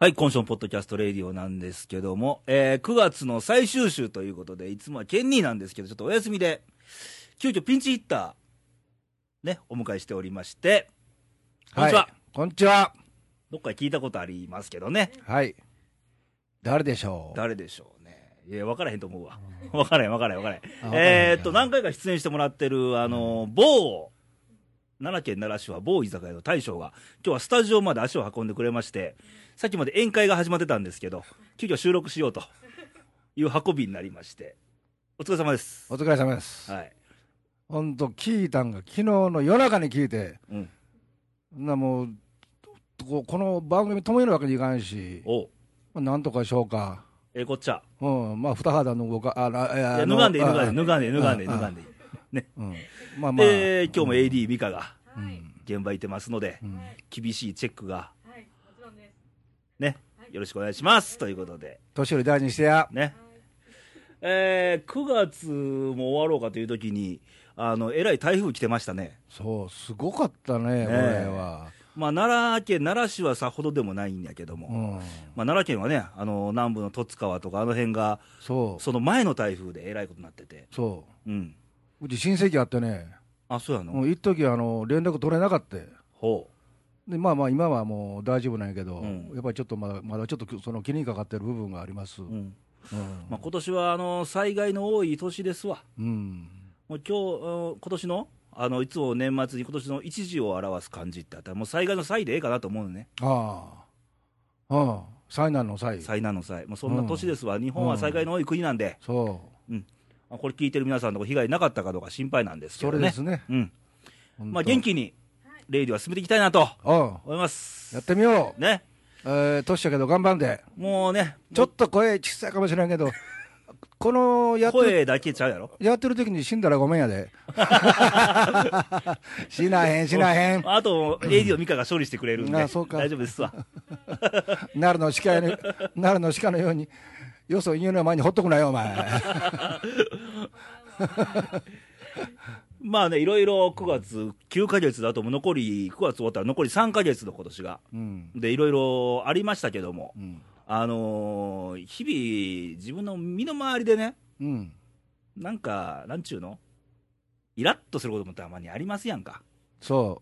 はい、今週のポッドキャストレディオなんですけども、えー、9月の最終週ということで、いつもはケンニーなんですけど、ちょっとお休みで、急遽ピンチヒッター、ね、お迎えしておりまして、こんにちは。い、こんにちは。どっかで聞いたことありますけどね。はい。誰でしょう誰でしょうね。いや、分からへんと思うわ。分からへん、分からへん、分からへん。あ分からへんえーっと、何回か出演してもらってる、あの、某、奈良県奈良市は某居酒屋の大将が、今日はスタジオまで足を運んでくれまして、さっきまで宴会が始まってたんですけど、急遽収録しようという運びになりまして、お疲れ様です。お疲れ様です。はい。ほんと、聞いたんが、昨日の夜中に聞いて、うん。なもう、ここの番組止めるわけにいかんし、おうまあなんとかしようか。ええこっちゃ。うん、まあ、二肌の動か、あ、ら、いあや、の脱がんでいい、脱がんでいい、あ脱がんでいい、脱がんでいい、あ脱がんでいい。うん。まあまあ。で、今日も AD 美香がうん。現場行ってますので、うん厳しいチェックが、はい、もちろんです。ね、よろしくお願いします。ということで。年寄り大事にしてや。ね。えー、9月も終わろうかというときに、あの、えらい台風来てましたね。そう、すごかったえね、これは。まあ、奈良県、奈良市はさほどでもないんやけども、うん。まあ、奈良県はね、あの、南部の十津川とかあの辺が、そう、その前の台風でえらいことになってて。そうん。う。うち親戚あってね、あ、そうやの、もう一時あの、連絡取れなかった。ほでまあまあ今はもう大丈夫なんやけど、うんやっぱりちょっとまだまだちょっとその気にかかってる部分があります、うう。んうん。まあ、今年は、あの、災害の多い年ですわ。うんもう今日、あの今年の、あの、いつも年末に今年の一時を表す漢字ってあったら、もう災害の災でええかなと思うのね。ああうん災難の際災難の災。もうそんな年ですわ。日本は災害の多い国なんで。そううん、あこれ聞いてる皆さんのとこ被害なかったかどうか心配なんですけそどれね、ですねうんまあ、本元気にレイディは進めていきたいなと当うん思います。やってみよう、ね、えー、年やけど頑張んでもうね、ちょっと声小さいかもしれんけど このやってる声だけちゃうやろ。やってる時に死んだらごめん やで死なへん死 なへんあと、レイディをミカが処理してくれるんで、あそうか大丈夫ですわ。 奈良の鹿の奈良の鹿のようによそ家の前にほっとくなよお前まあね、いろいろ9月、9ヶ月だと、もう残り、9月終わったら残り3ヶ月の今年が。うんで、いろいろありましたけどもう、んあのー日々、自分の身の回りでね、うんなんか、なんちゅうのイラッとすることもたまにありますやんか。そ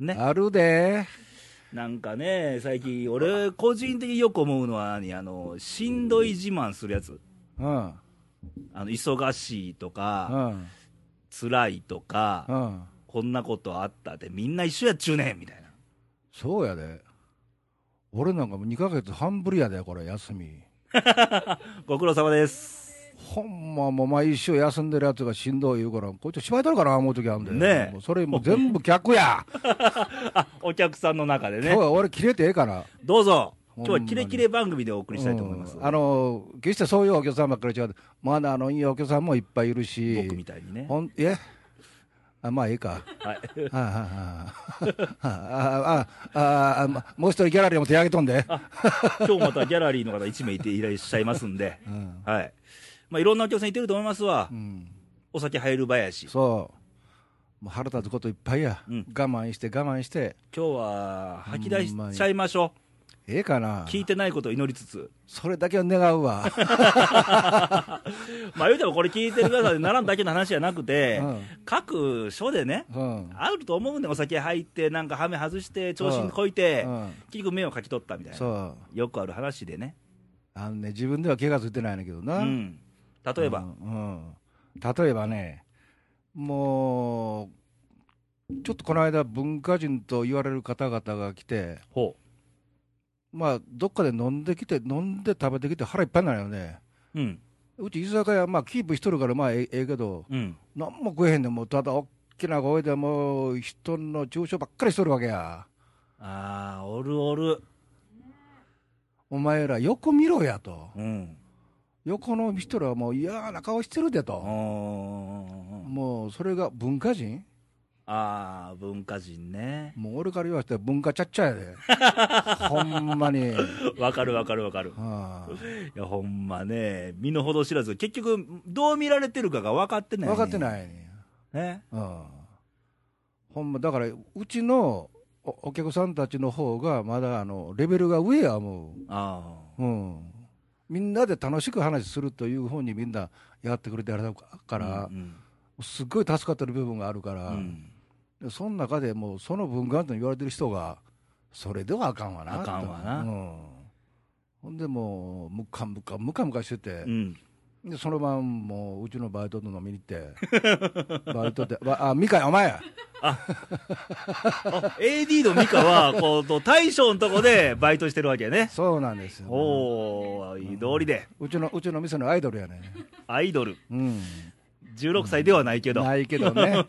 う。ねあるで。なんかね、最近、俺、個人的によく思うのは、何あの、しんどい自慢するやつ。うん。あの、忙しいとうか、ん。辛いとかう、ん。こんなことあったって、みんな一緒やっちゅうねんみたいな。そうやで。俺なんかもう2ヶ月半ぶりやで、これ、休み。ご苦労様です。ほんまもう毎週休んでるやつがしんどい言うから、こいつ芝居とるかな思う時あるんで。ねえもうそれもう全部逆や。あ、お客さんの中で今日 ね。は俺切れてええから。どうぞ、ほん今日まにはキレキレ番組でお送りしたいと思います。うんあの、決してそういうお客さんばっかり違う。まだあの、いいお客さんもいっぱいいるし。僕みたいにね。ほん、えあ、まあいいか。はい。 はいはいはいあああああまもう一人ギャラリーも手挙げとんで、今日またギャラリーの方1名いていらっしゃいますんで、うんはい。まあ、いろんなお客さんいてると思いますわう。ん、お酒入る林。そうもう腹立つこといっぱいや、うん我慢して我慢して今日は吐き出しちゃいましょええかう、な聞いてないことを祈りつつ、それだけは願うわまあ言うてもこれ聞いてる方でならんだけの話じゃなくて、うん各所でね、うんあると思うんで、お酒入って、なんかハメ外して、調子にこいて、うん結局、目をかき取ったみたいそな、うよくある話でね、あのね自分では気がついてないんだけどうな、ん、例えば、うんうん例えばねもうちょっとこの間文化人と言われる方々が来てほまあどっかで飲んできて飲んで食べてきて腹いっぱいになるよねう、うん、うち居酒屋、まあ、キープしとるから、まあ、ええええけど、うん、なんも食えへんねん、もう、ただ、大きな声でもう、人の中傷ばっかりしとるわけや。あー、おるおる、お前ら、横見ろやと。うん、横の人らはもう嫌な顔してるでうと。んもう、それが文化人あー、文化人ね、もう、俺から言わせて文化ちゃっちゃ やで。ほんまに。わかるわかるわかる、はあいや、ほんまね、身の程知らず、結局、どう見られてるかが分かってない、。分かってないいね。ねうんほんま、だから、うちのおお客さんたちの方がまだあのレベルが上やもああう、うん、みんなで楽しく話するという方にみんなやってくれてあれだから、うんすっごい助かってる部分があるかうら、んでその中でもうその文化と言われてる人がそれではあかんわなあかんわなとうん、ほんでもうむかむかむかむかしててう、んでその晩もううちのバイトと飲みに行ってバイトって ばあみかんお前やあ AD のミカはこうと大将のとこでバイトしてるわけねそうなんですよおおいい通りでうちのうちの店のアイドルやねアイドルうん16歳ではないけど、ないけど ね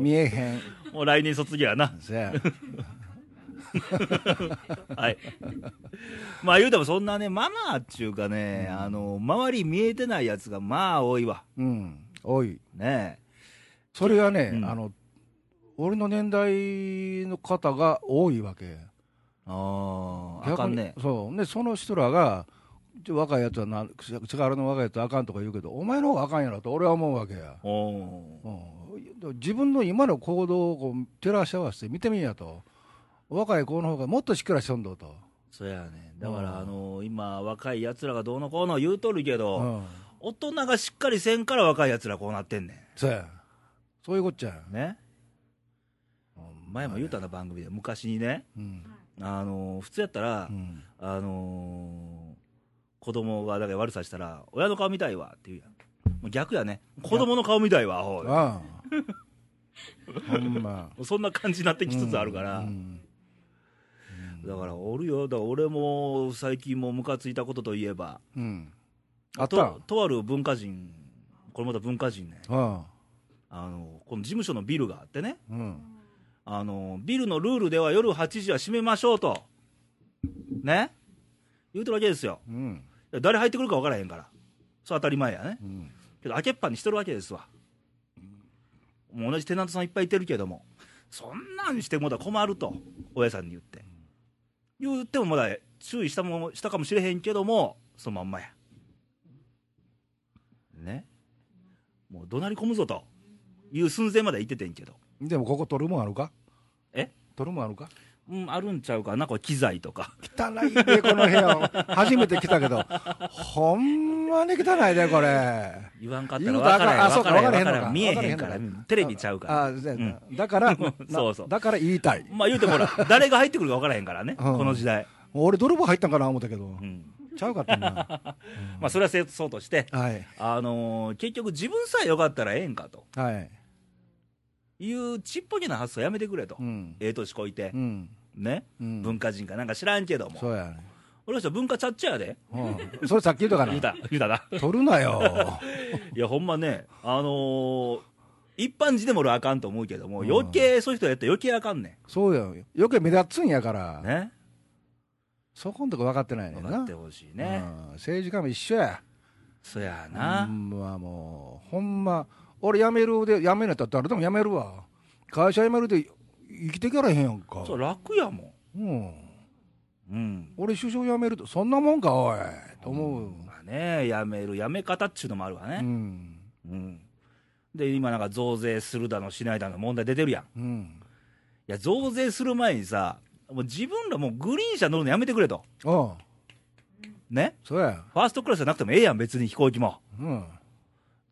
見えへんもう来年卒業やなせやはい。まあ言うてもそんなね、マナーっちゅうかね、あの、周り見えてないやつがまあ多いわ。うんおいねそれがね、うんあの俺の年代の方が多いわけえ。ああ、あかんね逆。にそうねその人らがちょ若いやつはな力の若いやつはあかんとか言うけどお前の方があかんやろと俺は思うわけや、おおー。うん、自分の今の行動をこう照らし合わせて見てみんやと若い子の方がもっとしっかりしとんどと、そやね。だかうんら、あの、今、若いやつらがどうのこうの言うとるけど、うん、大人がしっかりせんから若いやつらこうなってんねそうやそういうこっちゃん。ね。うん前も言うたな、番組で。昔にね、うんあの、普通やったらう、んあのー子供がだから悪さしたら、親の顔見たいわって言うやん。もう逆やね。子供の顔見たいわ、アホ。ああ ほんまそんな感じになってきつつあるから、うんだからおるよ、だから俺も最近もムカついたことといえば、うんあったととある文化人、これまた文化人ね、ああのこの事務所のビルがあってねあうんあの、ビルのルールでは夜8時は閉めましょうと、ね、言うてるわけですよ、うんいや誰入ってくるか分からへんから、それ当たり前やね、うんけど開けっぱにしてるわけですわ、もう同じテナントさんいっぱいいてるけども、そんなんしてもだ困ると、親さんに言って。言ってもまだ注意したもしたかもしれへんけども、そのまんまや。ね。もう怒鳴り込むぞという寸前までは言っててんけど、でもここ取るもんあるかえ取るもんあるかうん、あるんちゃうかな、これ、機材とか。汚いねこの部屋初めて来たけどほんまに汚いねこれ言わんかったら言分うたかららへん、あ分そうかからへん、分からへ分んかのからへん、見えへんから、分からへんのかテレビちゃうから。あそうやなだかうらん そうそうなだから言いたいまあ言うてもほ ら、誰が入ってくるか分からへんからね、うんこの時代。俺泥棒入ったんかな思ったけどうん。ちゃうかったなまあそれはせそうとして、はいあのー結局自分さえよかったらええんかとはいいうちっぽけな発想やめてくれと。うんええ年こいてう、んね、うん文化人かなんか知らんけども、そうやね俺の人、文化ちゃっちゃやで、うんそれさっき言ったか言うなた、言うた な、取るなよいや、ほんまね、あのー一般人でも俺はあかんと思うけども、うん余計そういう人やったら余計あかんねそうよよく目立つんやから、ん、ね、そこんとこ分かってないねん分なかってほしいね、うん政治家も一緒やそやほな、んまもうほんま俺辞めるで辞めるんやったら誰でも辞めるわ会社辞めるで生きていからへんやんかそう楽やもうん、ん、うん、俺首相辞めるとそんなもんかおいと思う、まあね、やめる、やめ方っちゅうのもあるわうね、んうん、で、今、なんか増税するだの、しないだの問題出てるやん。うんいや、増税する前にさ、もう自分らもうグリーン車乗るのやめてくれと。ああね。そうやファーストクラスじゃなくてもええやん、別に飛行機も。うん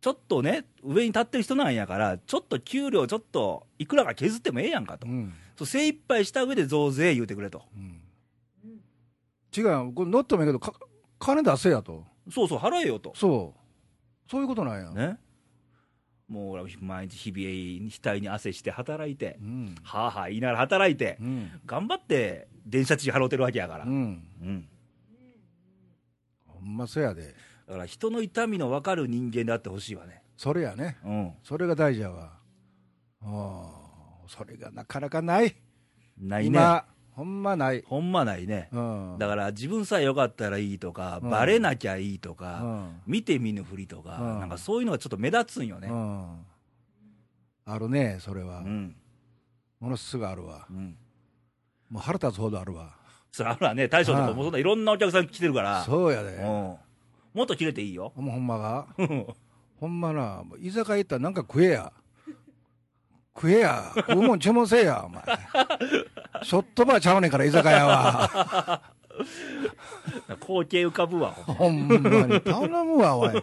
ちょっとね、上に立ってる人なんやから、ちょっと給料ちょっと、いくらか削ってもええやんかとう。ん、そう精一杯した上で増税言うてくれと。うん、違うよこれ乗ってもいいけどか金出せやとそうそう、払えよと。そうそういうことなんや、ね。もう俺は毎日日々、額に汗して働いてう、んはあはあ言いながら働いてう、ん頑張って電車賃払うてるわけやからう。んうん。ほんまそやでだから人の痛みの分かる人間であってほしいわね。それやねうん。それが大事やわああそれがなかなかないないね。今ほんまないほんまないね。うんだから自分さえ良かったらいいとか、うんバレなきゃいいとか、うん見て見ぬふりとか、うんなんかそういうのがちょっと目立つんよねう。んあるねそれうは、ん。ものすごいあるわうん。もう腹立つほどあるわそれあるわね、大将とかうんもうそんないろんなお客さん来てるから、そうやうでん。もっと切れていいよ。 ほんまほんまがうんほんまなもう居酒屋行ったらなんか食えや食えや、食うもん注文せえや、お前。ショットバーちゃうねんから、居酒屋は。 光景浮かぶわ、ほんまほんまに、頼むわ、おい。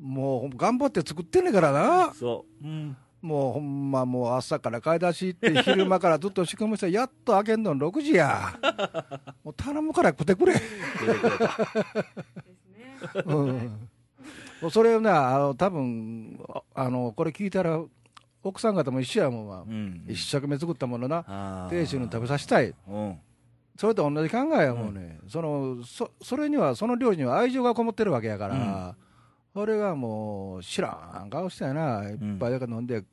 もう、頑張って作ってんねんからな。そう。うん。もう、ほんま、もう朝から買い出し行って、昼間からずっと仕込みして、やっと開けんの6時 や。もう頼むから食ってくれ。出てくれでたすね。うんもうそれをな、あの多分あのこれ聞いたら、奥さん方も一緒やもんわ、うん。 一生懸命作ったものな、あー亭主に食べさせたい、うん。それと同じ考えやもんね、そのそそれには、その料理には愛情がこもってるわけやから、それがもう、知らん顔してやな、いっぱいだけ飲んで、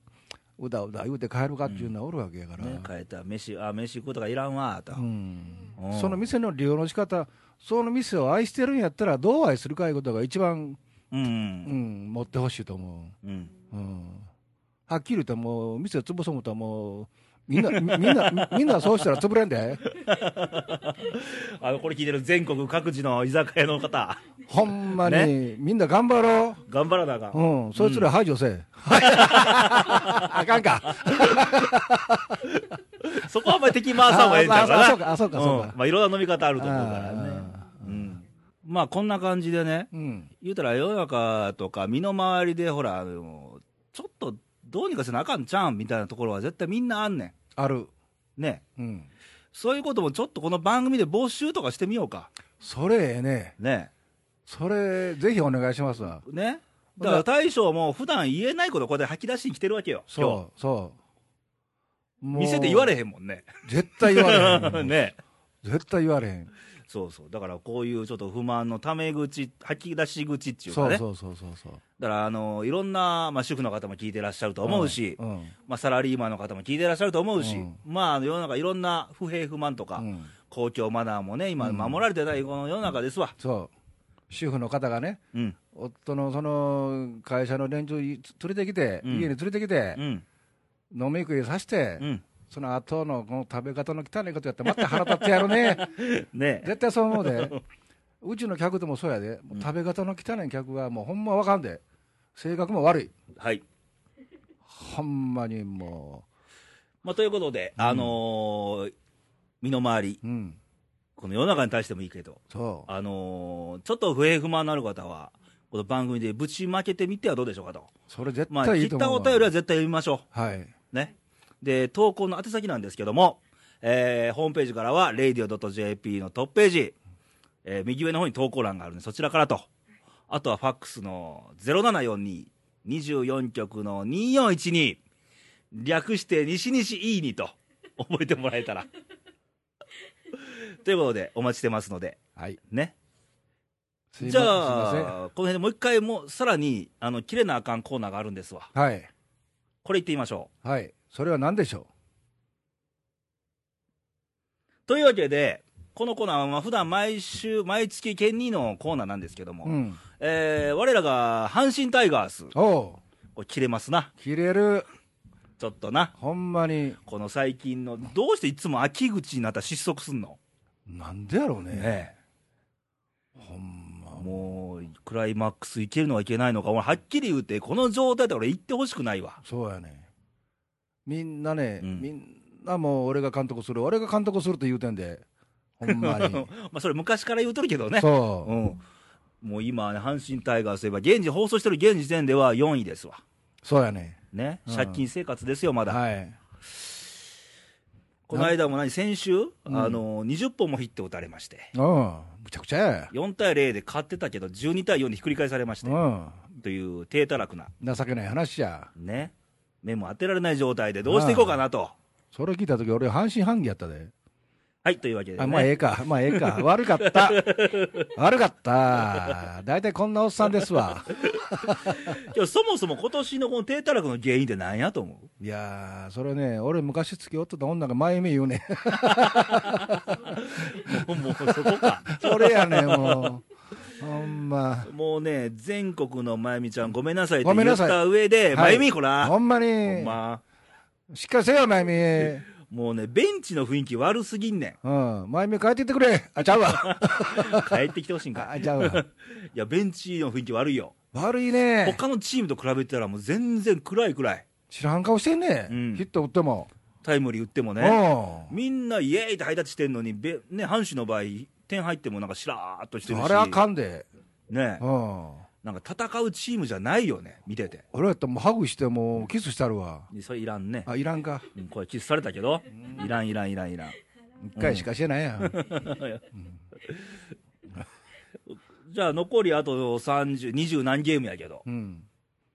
うだうだ言うて帰るかっていうのはおるわけやから、ね、変えたら飯、あ、飯食うとかいらんわ、とう。んうんその店の利用の仕方その店を愛してるんやったら、どう愛するかいうことが一番、ううんん。持ってほしいと思う。うん。うんはっきり言うともう店潰そうもとはもうみん なみみんなみんなそうしたら潰れんであの、これ聞いてる全国各地の居酒屋の方、ほんまに、ねみんな頑張ろ頑張らなあかう、ん。うん、そいつら排除せえ、 あかんかそこはあんまり敵回さんはええんちゃうかな。ああそうかあそうかそうかんまあ、いろんな飲み方あると思うからねあ。うん。まあ、こんな感じでね、うん言うたら世の中とか身の回りで、ほら、あのちょっとどうにかせなあかんちゃうんみたいなところは絶対みんなあんねある、ん。ね。うん、そういうこともちょっとこの番組で募集とかしてみようか。それええねね。それぜひお願いしますわね。だから大将も普段言えないことをこうやって吐き出しに来てるわけよ。今日。そうそうもう店で言われへんもんね。絶対言われへ ん、ね。絶対言われへんそうそう。だからこういうちょっと不満のため口、吐き出し口っていうかそね。うそうそうそうそうだからあの、いろんな、まあ、主婦の方も聞いてらっしゃると思うし、うんうんまあ、サラリーマンの方も聞いてらっしゃると思うし、うんまああの、世の中いろんな不平不満とか、うん公共マナーもね、今うん守られてないこの世の中ですわ。そう主婦の方がねうん。夫のその会社の連中いつ連れてきて、うん家に連れてきてう、ん。飲み食いさせて、うん。その後のこの食べ方の汚いことやって、また腹立ってや るね、ね絶対そう思うで、うちの客でもそうやで、もう食べ方の汚い客はもうほんまわかんで、性格も悪い、はい。ほんまにもまあ、ということで、あのー身の回り、う、うん、この世の中に対してもいいけど、そあのーちょっと不平不満のある方は、この番組でぶちまけてみてはどうでしょうかと。う、それ絶まあ、対いい切とった思うおわ。便りは絶対読みましょはい、う。ね。で、投稿の宛先なんですけども、えーホームページからは、radio.jp のトップページ、えー右上の方に投稿欄があるんで、そちらからと。あとは、ファックスの0742、24局の2412、略して西西いいにと、覚えてもらえたら。ということで、お待ちしてますので、はい、ね。すいまじゃすいまあ、この辺でもう一回、もうさらに、あの、切れなあかんコーナーがあるんですわ。せん、はい、これ言ってみましょはい、それは何でしょう。というわけで、このコーナーは、まあ、普段毎週、毎月、県2のコーナーなんですけども、う、うん、えー、我らが、阪神タイガース、おこれ切れますな。う、切れる、ちょっとな。ほんまに、この最近の、どうしていつも秋口になったら失速すんのなんでやろうねねほんまえ。もう、クライマックスいけるのはいけないのか、俺、はっきり言うて、この状態で俺、行ってほしくないわ。そうやねみんなね、うんみんなもう俺が監督する俺が監督すると言うてんでほん まに まあ、それ昔から言うとるけどね。そう、うん、もう今、ね、阪神タイガースといえば、現時放送してる現時点では4位ですわ、そうやねね、うん借金生活ですよ、まだ、はいこの間も何、先週、あの20本もヒット打たれまして、うんむちゃくちゃや4対0で勝ってたけど、12対4でひっくり返されまして、うという低たらくな、ん情けない話やね、目も当てられない状態で、どうしていこうかなと。それ聞いた時俺半信半疑やったで、はいというわけで、ね、あまあええかまあええ か悪かった悪かった大体こんなおっさんですわいやそもそも今年のこの低たらくの原因って何やと思ういやーそれね俺昔付き合ってた女が前目言うね も うもうそこか、それやねもうほんま もうね、全国のまゆみちゃん、ごめんなさいってごめ言んなっさいた上で、はまいゆみ、こら、ほんまにほんましっかりせよ、まゆみ。もうね、ベンチの雰囲気悪すぎんねうん。まゆみ帰ってってくれ。あ、ちゃうわ。 ん。帰ってきてほしいんか。あ、ちゃうわ。いや、ベンチの雰囲気悪いよ。悪いね。他のチームと比べたらもう全然暗い暗い。知らん顔してんね、うんヒット打っても、タイムリー打ってもね、うみんなイエーイってハイタッチしてんのに、べね、阪神の場合、点入ってもなんかしらーっとしてん、るし、あれあかんで、ねう、ん、なんか戦うチームじゃないよね、見てて、俺やったらもうハグして、もうキスしたるわ、でそれいらんね、あいらんか、うんこれ、キスされたけど、いらん、いらん、いらん、いらん、一回しかしてないやん、じゃあ、残りあと30、20何ゲームやけど、うん、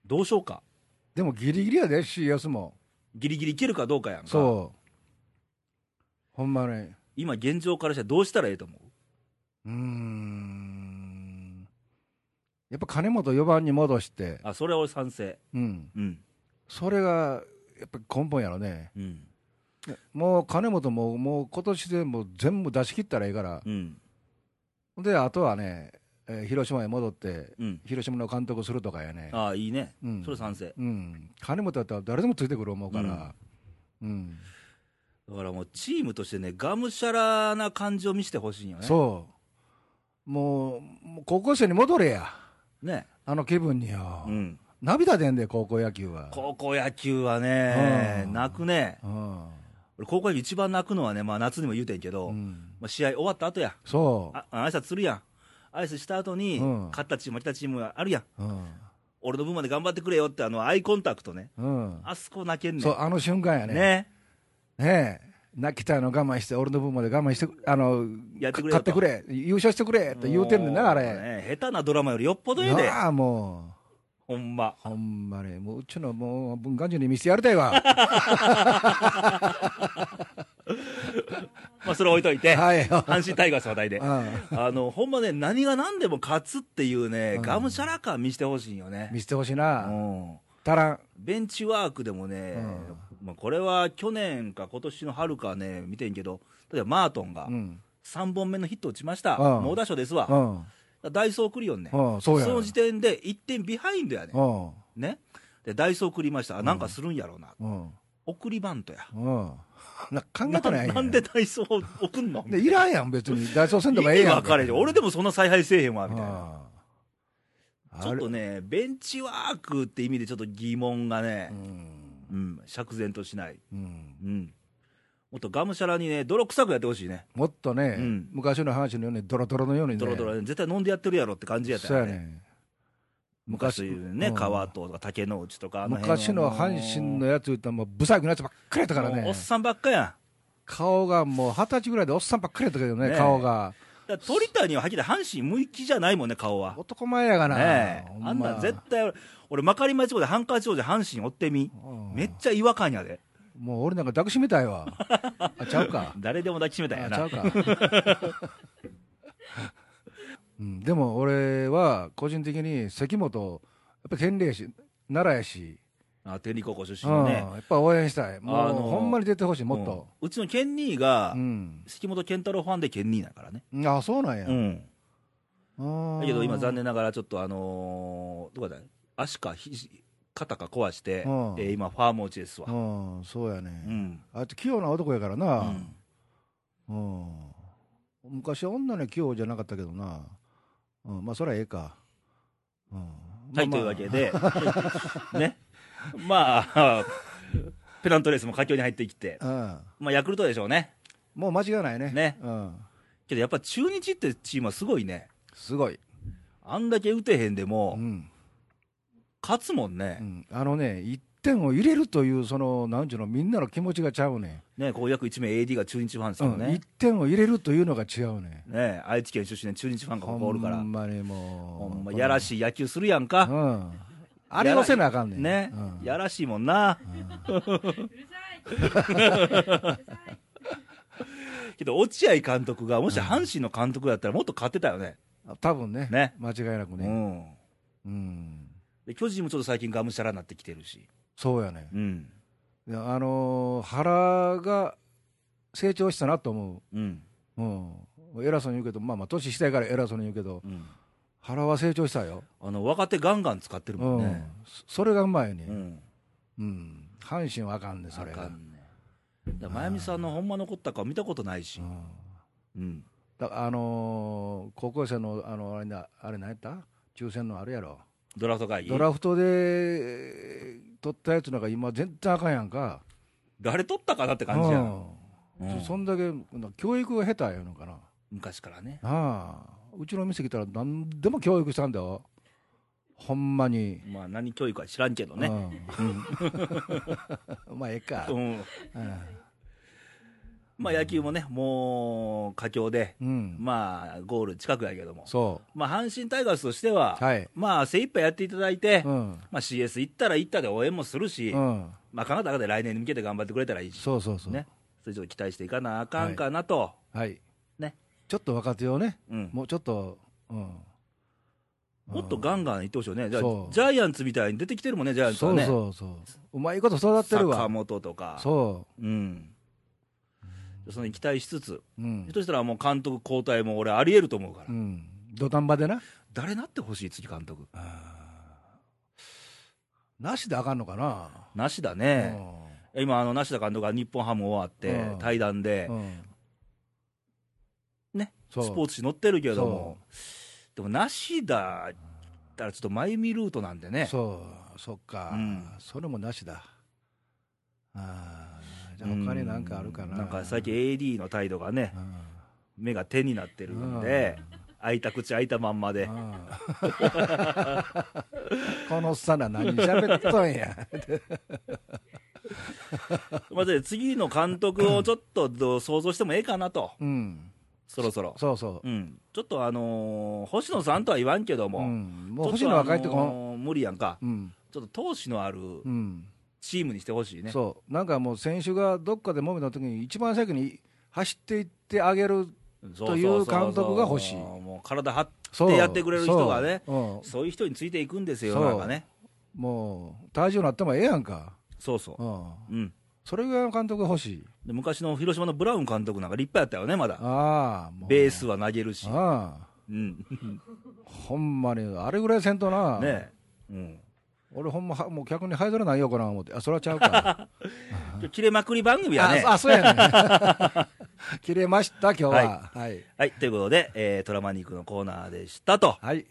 どうしようか、でもギリギリやで、CS も、ギリギリいけるかどうかやんか、そう、ほんまね、今、現状からしたらどうしたらええと思ううーん、やっぱ金本4番に戻して、あそれは俺賛成うん、うんそれがやっぱり根本やろね、うんもう金本も、もう今年でもう全部出し切ったらいいから。うんで、あとはね、えー広島へ戻って、うん広島の監督するとかやね、ああいいね、うんそれ賛成うん、金本だったら誰でもついてくる思うから、うんだからもうチームとしてねがむしゃらな感じを見せてほしいよねそう、もう、もう高校生に戻れや、うねあの気分によ、うん涙出んで、高校野球は。高校野球はねうん泣くねうん俺高校野球一番泣くのはねまあ夏にも言うてんけど、うんまあ、試合終わった後やそあ挨拶するやん挨拶した後に、うん勝ったチーム負けたチームがあるやんう、うん俺の分まで頑張ってくれよってあのアイコンタクトねうん、あそこ泣けんねんそう、あの瞬間やね、ねねえ泣きたいの我慢して、俺の分まで我慢して、あのやってくれよ勝とってくれ、優勝してくれって言うてんねんな、あもうれ。ね下手なドラマよりよっぽどええでなあもうほんまほんまに、もううちのもう文化人に見せてやりたい わ。はまあそれ置いといて、 い。阪神タイガース話題で、あうんのほんまね、何が何でも勝つっていうね、うんがむしゃら感見せてほしいよね、見せてほしいうな。ん、足らん。ベンチワークでもね、まあ、これは去年か今年の春かね、見てんけど、例えばマートンがうん。 3本目のヒット打ちました、うん猛打賞ですわ、うだかん。らダイソー送るよね、うん。そうやね。の時点で1点ビハインドやね、うん。ねでダイソー送りました、あなんかするんやろうな、うん。送りバントや。うん。な考えてないやななんでダイソー送んのでいらんやん、別に。ダイソーせんでもえ意え味やん。分かれへん俺でもそんな采配せえへんわみたいな。うんちょっとね、ベンチワークって意味でちょっと疑問があれねう、ん。うん、釈然としない。うんうん。もっとがむしゃらにね、泥臭くやってほしいね。もっとねうん、昔の話のように、ドロドロのようにね。ドロドロ、絶対飲んでやってるやろって感じやったそうよやね。ね。昔ね、うん川とか竹の内とか、あの辺昔の阪神のやつ言ったらもうブサイクなやつばっかりやったからもうおねっ。さんばっかや顔がもう二十歳ぐらいでおっさんばっかりやったけどね、ねえ顔が。ん。だから鳥谷ははっきり言って阪神向きじゃないもんね、顔は。男前やがな。ねえほ。まあんなん絶対、俺、まかり町地方でハンカチ王子阪神追ってみ。うんめっちゃ違和感やで。もう俺なんか抱きしめたい わ。あ、ちゃうか。誰でも抱きしめたんやあな。ちゃうか。 うん、でも俺は個人的に関本、やっぱ天霊し、奈良やし、あ、天理高校出う身んのね。やっぱ応援したい。もう、あのほんまに出てほしい、もっと。うんうちのケンニーがう、ん。関本健太郎ファンでケンニーだからね、あ、そうなんや。うん、うんだけど今、残念ながらちょっと、あのーどこだ足か肘肩か壊して、うんえー今、ファーム落ちですわ、うん、そうやね。うんあいつ器用な男やからうな。んうん、昔は女に器用じゃなかったけどな、うん、まあそれはええか、うんはい、というわけ で、ね、まあ、ペナントレースも佳境に入ってきて、うん、まあ、ヤクルトでしょうね、もう間違いないねねうん、けどやっぱ中日ってチームはすごいね、すごい、あんだけ打てへんでうも、ん勝つもんねう、ん、あのね1点を入れるというそのなんちゅうのみんなの気持ちがちゃうねねこう約1名 AD が中日ファンですうよん、1ね、点を入れるというのが違うねね愛知県出身で中日ファンがここおるからほ。んまにもほうんまやらしい野球するやんうか、ん、あれをせなあかんねんね、うんやらしいもんな、 けど落合監督が、もし阪神の監督だったら、もっと勝ってたよね、多分ねね間違いなくうね、んうん、で、巨人もちょっと最近、がむしゃらになってきてるし、そうやねうん、いやあのー原が成長したなと思うん、う、うん、偉そうに言うけど、まあまあ、年下やから偉そうに言うけど、うん、原は成長したよ、あの若手、ガンガン使ってるうもんんね、そそれがうまいね、ううんん、阪神はあかんね、そあれかが。んね、だから真由美さんのほんま残った顔見たことないしう、んうん、だからあのー高校生の、あのあれなあれ何やった抽選のあれやろ、ドラフト会議、ドラフトでえー取ったやつなんか今全然あかんやんか誰取ったかなって感じやん、うんうんそんだけな教育が下手やのかな昔からねああうちの店来たら何でも教育したんだよほんまに、まあ何教育か知らんけどね、 うんまあええか、うんうんまあ野球もねもう佳境でうん、まあゴール近くやけどもそまあ阪神タイガースとしては、うはいまあ精一杯やっていただいて、うん、まあ CS 行ったら行ったで応援もするし、うん、まあカナダで来年に向けて頑張ってくれたらいいしそうそうそう、ねそれちょっと期待していかなあかんかなと、はいねちょっと若手をねうんもうちょっと、うん、もっとガンガンいってほしいよね、じゃあそうジャイアンツみたいに出てきてるもんね、ジャイアンツそはうね、そうそううまいこと育って坂るわ本とか、そうん、そのに期待しつつ、ううんひょっとしたらもう監督交代も俺、ありえると思うから、うん土壇場でな誰なってほしい、次、監督、なしであかんのかな、なしだね、今、あの梨田監督が日本ハム終わってう、ん対談でう、んうんねそうスポーツ紙載ってるけども、でも梨田だったらちょっと真由美ルートなんでね、そうそっか、うんそれもなしだあーじゃあ他に何かあるかな、うんなんか最近、AD の態度がねう、ん目が手になってるんで、開いた口、開いたまんまでう。ん このおっさんら何喋っとんやまず次の監督をちょっとどう想像してもええかなと、うんそろそろ。そうそううん、ちょっとあのー星野さんとは言わんけども、うん、もうちょっと星野は帰ってこん、あのー無理やんか、うんちょっと投資のあるうんチームにしてほしいね、そうなんかもう選手がどっかで揉めた時に一番先に走っていってあげるそという監督が欲しいもう体張っそうてやってくれる人がね、そううんそういう人についていくんですよ、そうなんかね、もう体重になってもええやんか、そうそうう、ん、うん、それぐらいの監督が欲しいで昔の広島のブラウン監督なんか立派やったよね、まだ、ああもうベースは投げるし、あうん、あほんまにあれぐらいせんとな、ねえ、うん、俺ほんまはもう客に入らないよかな思ってあそれはちゃうかちょ切れまくり番組やね。ああそうやね 切れました今日ははい、はい、ということで、えー、トラマニックのコーナーでしたと、はい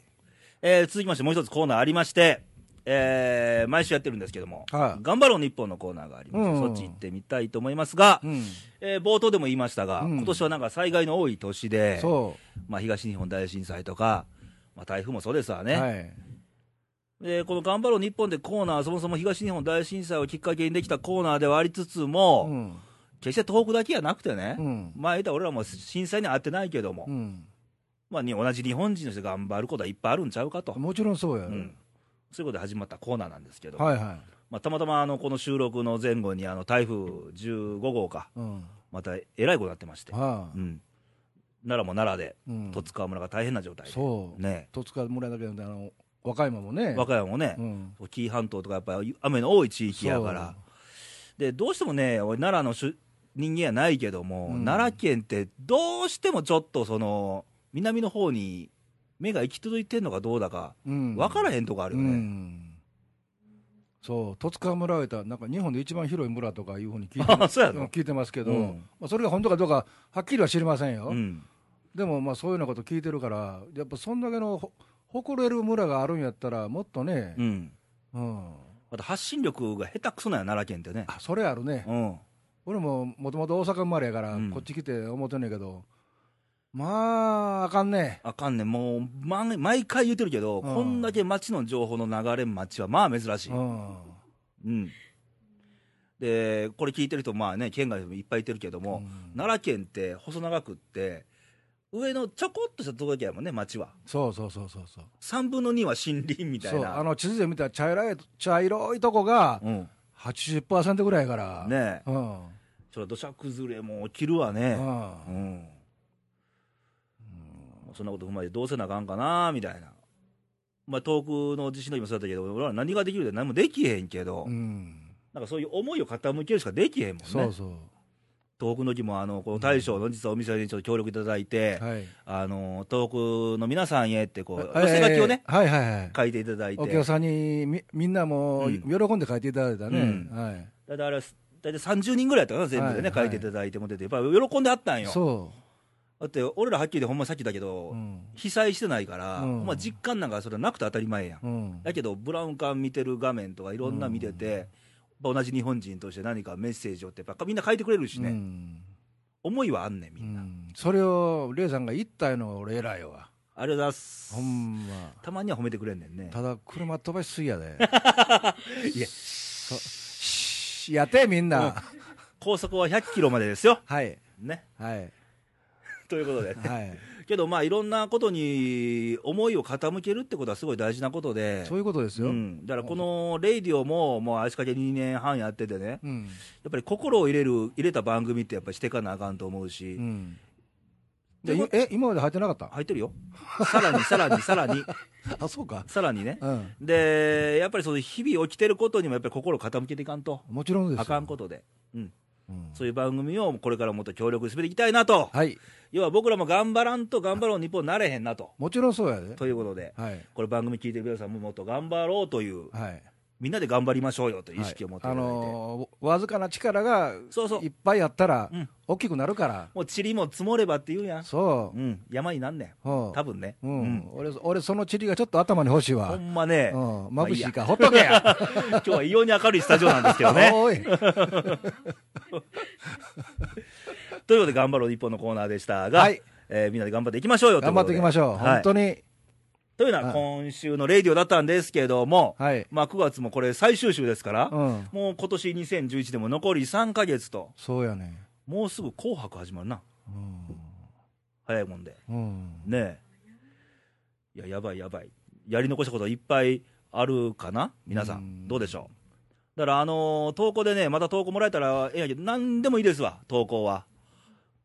えー続きましてもう一つコーナーありまして、えー毎週やってるんですけども、はい頑張ろう日本のコーナーがあります、うそんっち行ってみたいと思いますが、うん、えー冒頭でも言いましたが、うん今年はなんか災害の多い年で、そまあ、東日本大震災とか、まあ、台風もそうですわう、ね、はいでこの頑張ろう日本でコーナー、そもそも東日本大震災をきっかけにできたコーナーではありつつも、うん決して東北だけじゃなくてね、うんまあ、言うたら俺らも震災には遭ってないけども、うんまあ、に同じ日本人として頑張ることはいっぱいあるんちゃうかと、もちろんそうや、うんそういうことで始まったコーナーなんですけど、はいはいまあ、たまたまあのこの収録の前後にあの台風15号か、うんまたえらいことになってまして、ああうん奈良も奈良で、うん十津川村が大変な状態で、そうね、戸塚村だけどあの和歌山もね和歌山もね、うん紀伊半島とかやっぱり雨の多い地域やから、でどうしてもね、俺、奈良のし人間やないけども、うん奈良県ってどうしてもちょっとその南の方に目が行き届いてんのかどうだか、うん分からへんとこあるよね。うんそう十津川村は言ったらなんか日本で一番広い村とかいうふうに聞い てあそうやうんの、聞いてますけど、うんまあ、それが本当かどうかはっきりは知りませんよ、うん、でもまあそういうようなこと聞いてるからやっぱそんだけのほ誇れる村があるんやったらもっとねう、ん、うんまた発信力が下手くそなんや、奈良県ってね、あそれあるね、うん、俺ももともと大阪生まれやから、うんこっち来て思ってんねんけどまああかんねあかんねん、もう、ま、毎回言ってるけど、うんこんだけ町の情報の流れん町は、まあ珍しい、ううんんで、これ聞いてる人、まあね、県外でもいっぱいいてるけども、うん奈良県って細長くって、上のちょこっとしたとこだけやもんね、町は、そうそうそうそうそう3分の2は森林みたいそうあな、の地図で見たら茶色い茶色いとこがうん、 80%ぐらいやからねえ、うんそれ土砂崩れも起きるわね。ううんん、そんなこと踏まえてどうせなあかんかなみたいな、まあ、遠くの地震の時もそうだったけど俺ら何ができるって何もできへんけど、うんなんかそういう思いを傾けるしかできへんもんねそうそう遠くの時もあのこの大将の実はお店にちょっと協力いただいて、はいあの遠くの皆さんへってこうあ寄せ書きをね、えーはいはいはい書いていただいてお客さんにみみんなもうん喜んで書いていただいたねうはいだいたいあれ大体30人ぐらいやったかな全部でね、はいはい書いていただいても出てやっぱり喜んであったんよそだって俺らはっきり言ってほんまさっきだけど、うん被災してないから、うんまあ実感なんかそれなくて当たり前やん、うんだけどブラウン管見てる画面とかいろんな見てて、やっぱ同じ日本人として何かメッセージをってやっぱみんな書いてくれるしね、うん思いはあんねんみうんな、んそれをレイさんが言ったのが俺偉いあわりがとうございますほんまたまには褒めてくれんねんねただ車飛ばしすぎや でいやそしやってみんな、うん高速は100キロまでですよはいねはいということで、 はいけどまあいろんなことに思いを傾けるってことはすごい大事なことでそういうことですよ、ううんん、だからこのレイディオももう足掛け2年半やっててねうんやっぱり心を入れる入れた番組ってやっぱりしてかなあかんと思うし、じゃあいえ今まで入ってなか った入ってるよさらにさらにさらにあそうかさらにねうんでやっぱりその日々起きてることにもやっぱり心を傾けていかんともちろんですよあかんことで、うん、うんそういう番組をこれからもっと協力していきたいなとはい要は僕らも頑張らんと頑張ろう日本になれへんなともちろんそうやでということではいこれ番組聞いてる皆さんももっと頑張ろうというはいみんなで頑張りましょうよという意識を持っていはたいだいて、あのーわずかな力がそうそういっぱいあったらうん大きくなるから、もう塵も積もればって言うやん、そうう、ん、山になんねんうん多分ね、ううんん、俺俺その塵がちょっと頭に欲しいほわ、んまねう、ん、まあ眩しいからほっとけや 今日は異様に明るいスタジオなんですけど ね。おいということで、頑張ろう日本のコーナーでしたが、はいえーみんなで頑張っていきましょうよとい頑うこ張っとていできましょう、はい本当にというのは、はい今週のレイディオだったんですけども、はい、まあ、9月もこれ、最終週ですから、うん、もう今年2011でも残り3か月と、そうやねもうすぐ紅白始まるな、早いもんで。うん、うん、ねえ。いや、やばいやばい。やり残したこといっぱいあるかな皆さ、うんんどうでしょう。だから、あのー投稿でね、また投稿もらえたらええんやけど、なんでもいいですわ、投稿は。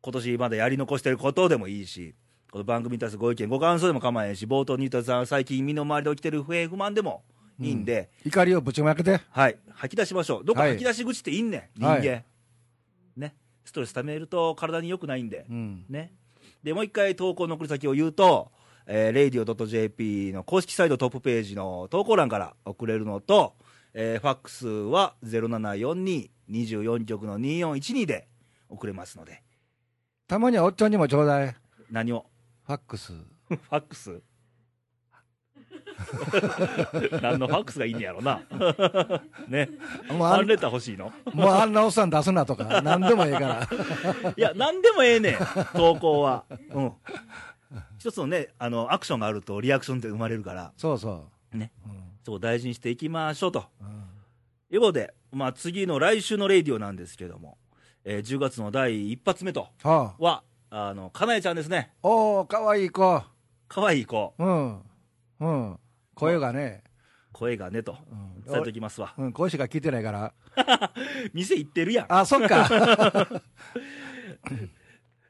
今年まだやり残してることでもいいし、この番組に対するご意見、ご感想でも構えんし、冒頭に言った最近身の回りで起きてる不平不満でもいいんで、怒りをぶちまけてはい、吐き出しましょう。どこかはい吐き出し口っていいんねん、はい人間。ね。ストレス溜めると体に良くないんで。うんね。で、もう一回投稿の送り先を言うと、えー、radio.jp の公式サイトトップページの投稿欄から送れるのと、えーファックスは074224局の2412で送れますので、たまにはおっちゃんにもちょうだい何をファックス ファック ス何のファックスがいいんねやろ な。ね。もうファあンんレター欲しいのもうあんなおっさん出すなとか何でもええからいや、何でもええねん、投稿は。うん。一つのね、あの、アクションがあるとリアクションって生まれるから、そうそうね、うんそこ大事にしていきましょうと。うんということで、まあ、次の来週のレイディオなんですけども、えー10月の第一発目とはあ、は、あの、かなえちゃんですね。おおかわいい子可愛い子、うんうん声がね、声がねと、うん伝えておきますわ。うん、声しか聞いてないから店行ってるやん。あそっ か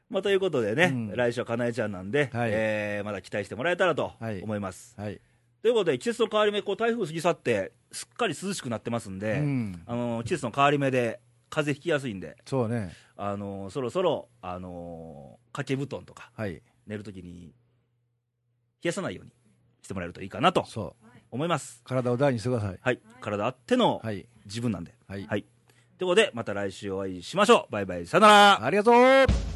まあ、ということでね、うん来週はかなえちゃんなんで、はいえーまだ期待してもらえたらとはい思います。はい、ということで、季節の変わり目、こう、台風過ぎ去って、すっかり涼しくなってますんで、うんあの、季節の変わり目で、風邪ひきやすいんで、そうねあの、そろそろ、あの、掛け布団とか、はい寝るときに、冷やさないようにしてもらえるといいかなとそう思います。体を大にしてくださいはい。体あってのはい自分なんで。はいはい。ということで、また来週お会いしましょう。バイバイ、さよなら。ありがとう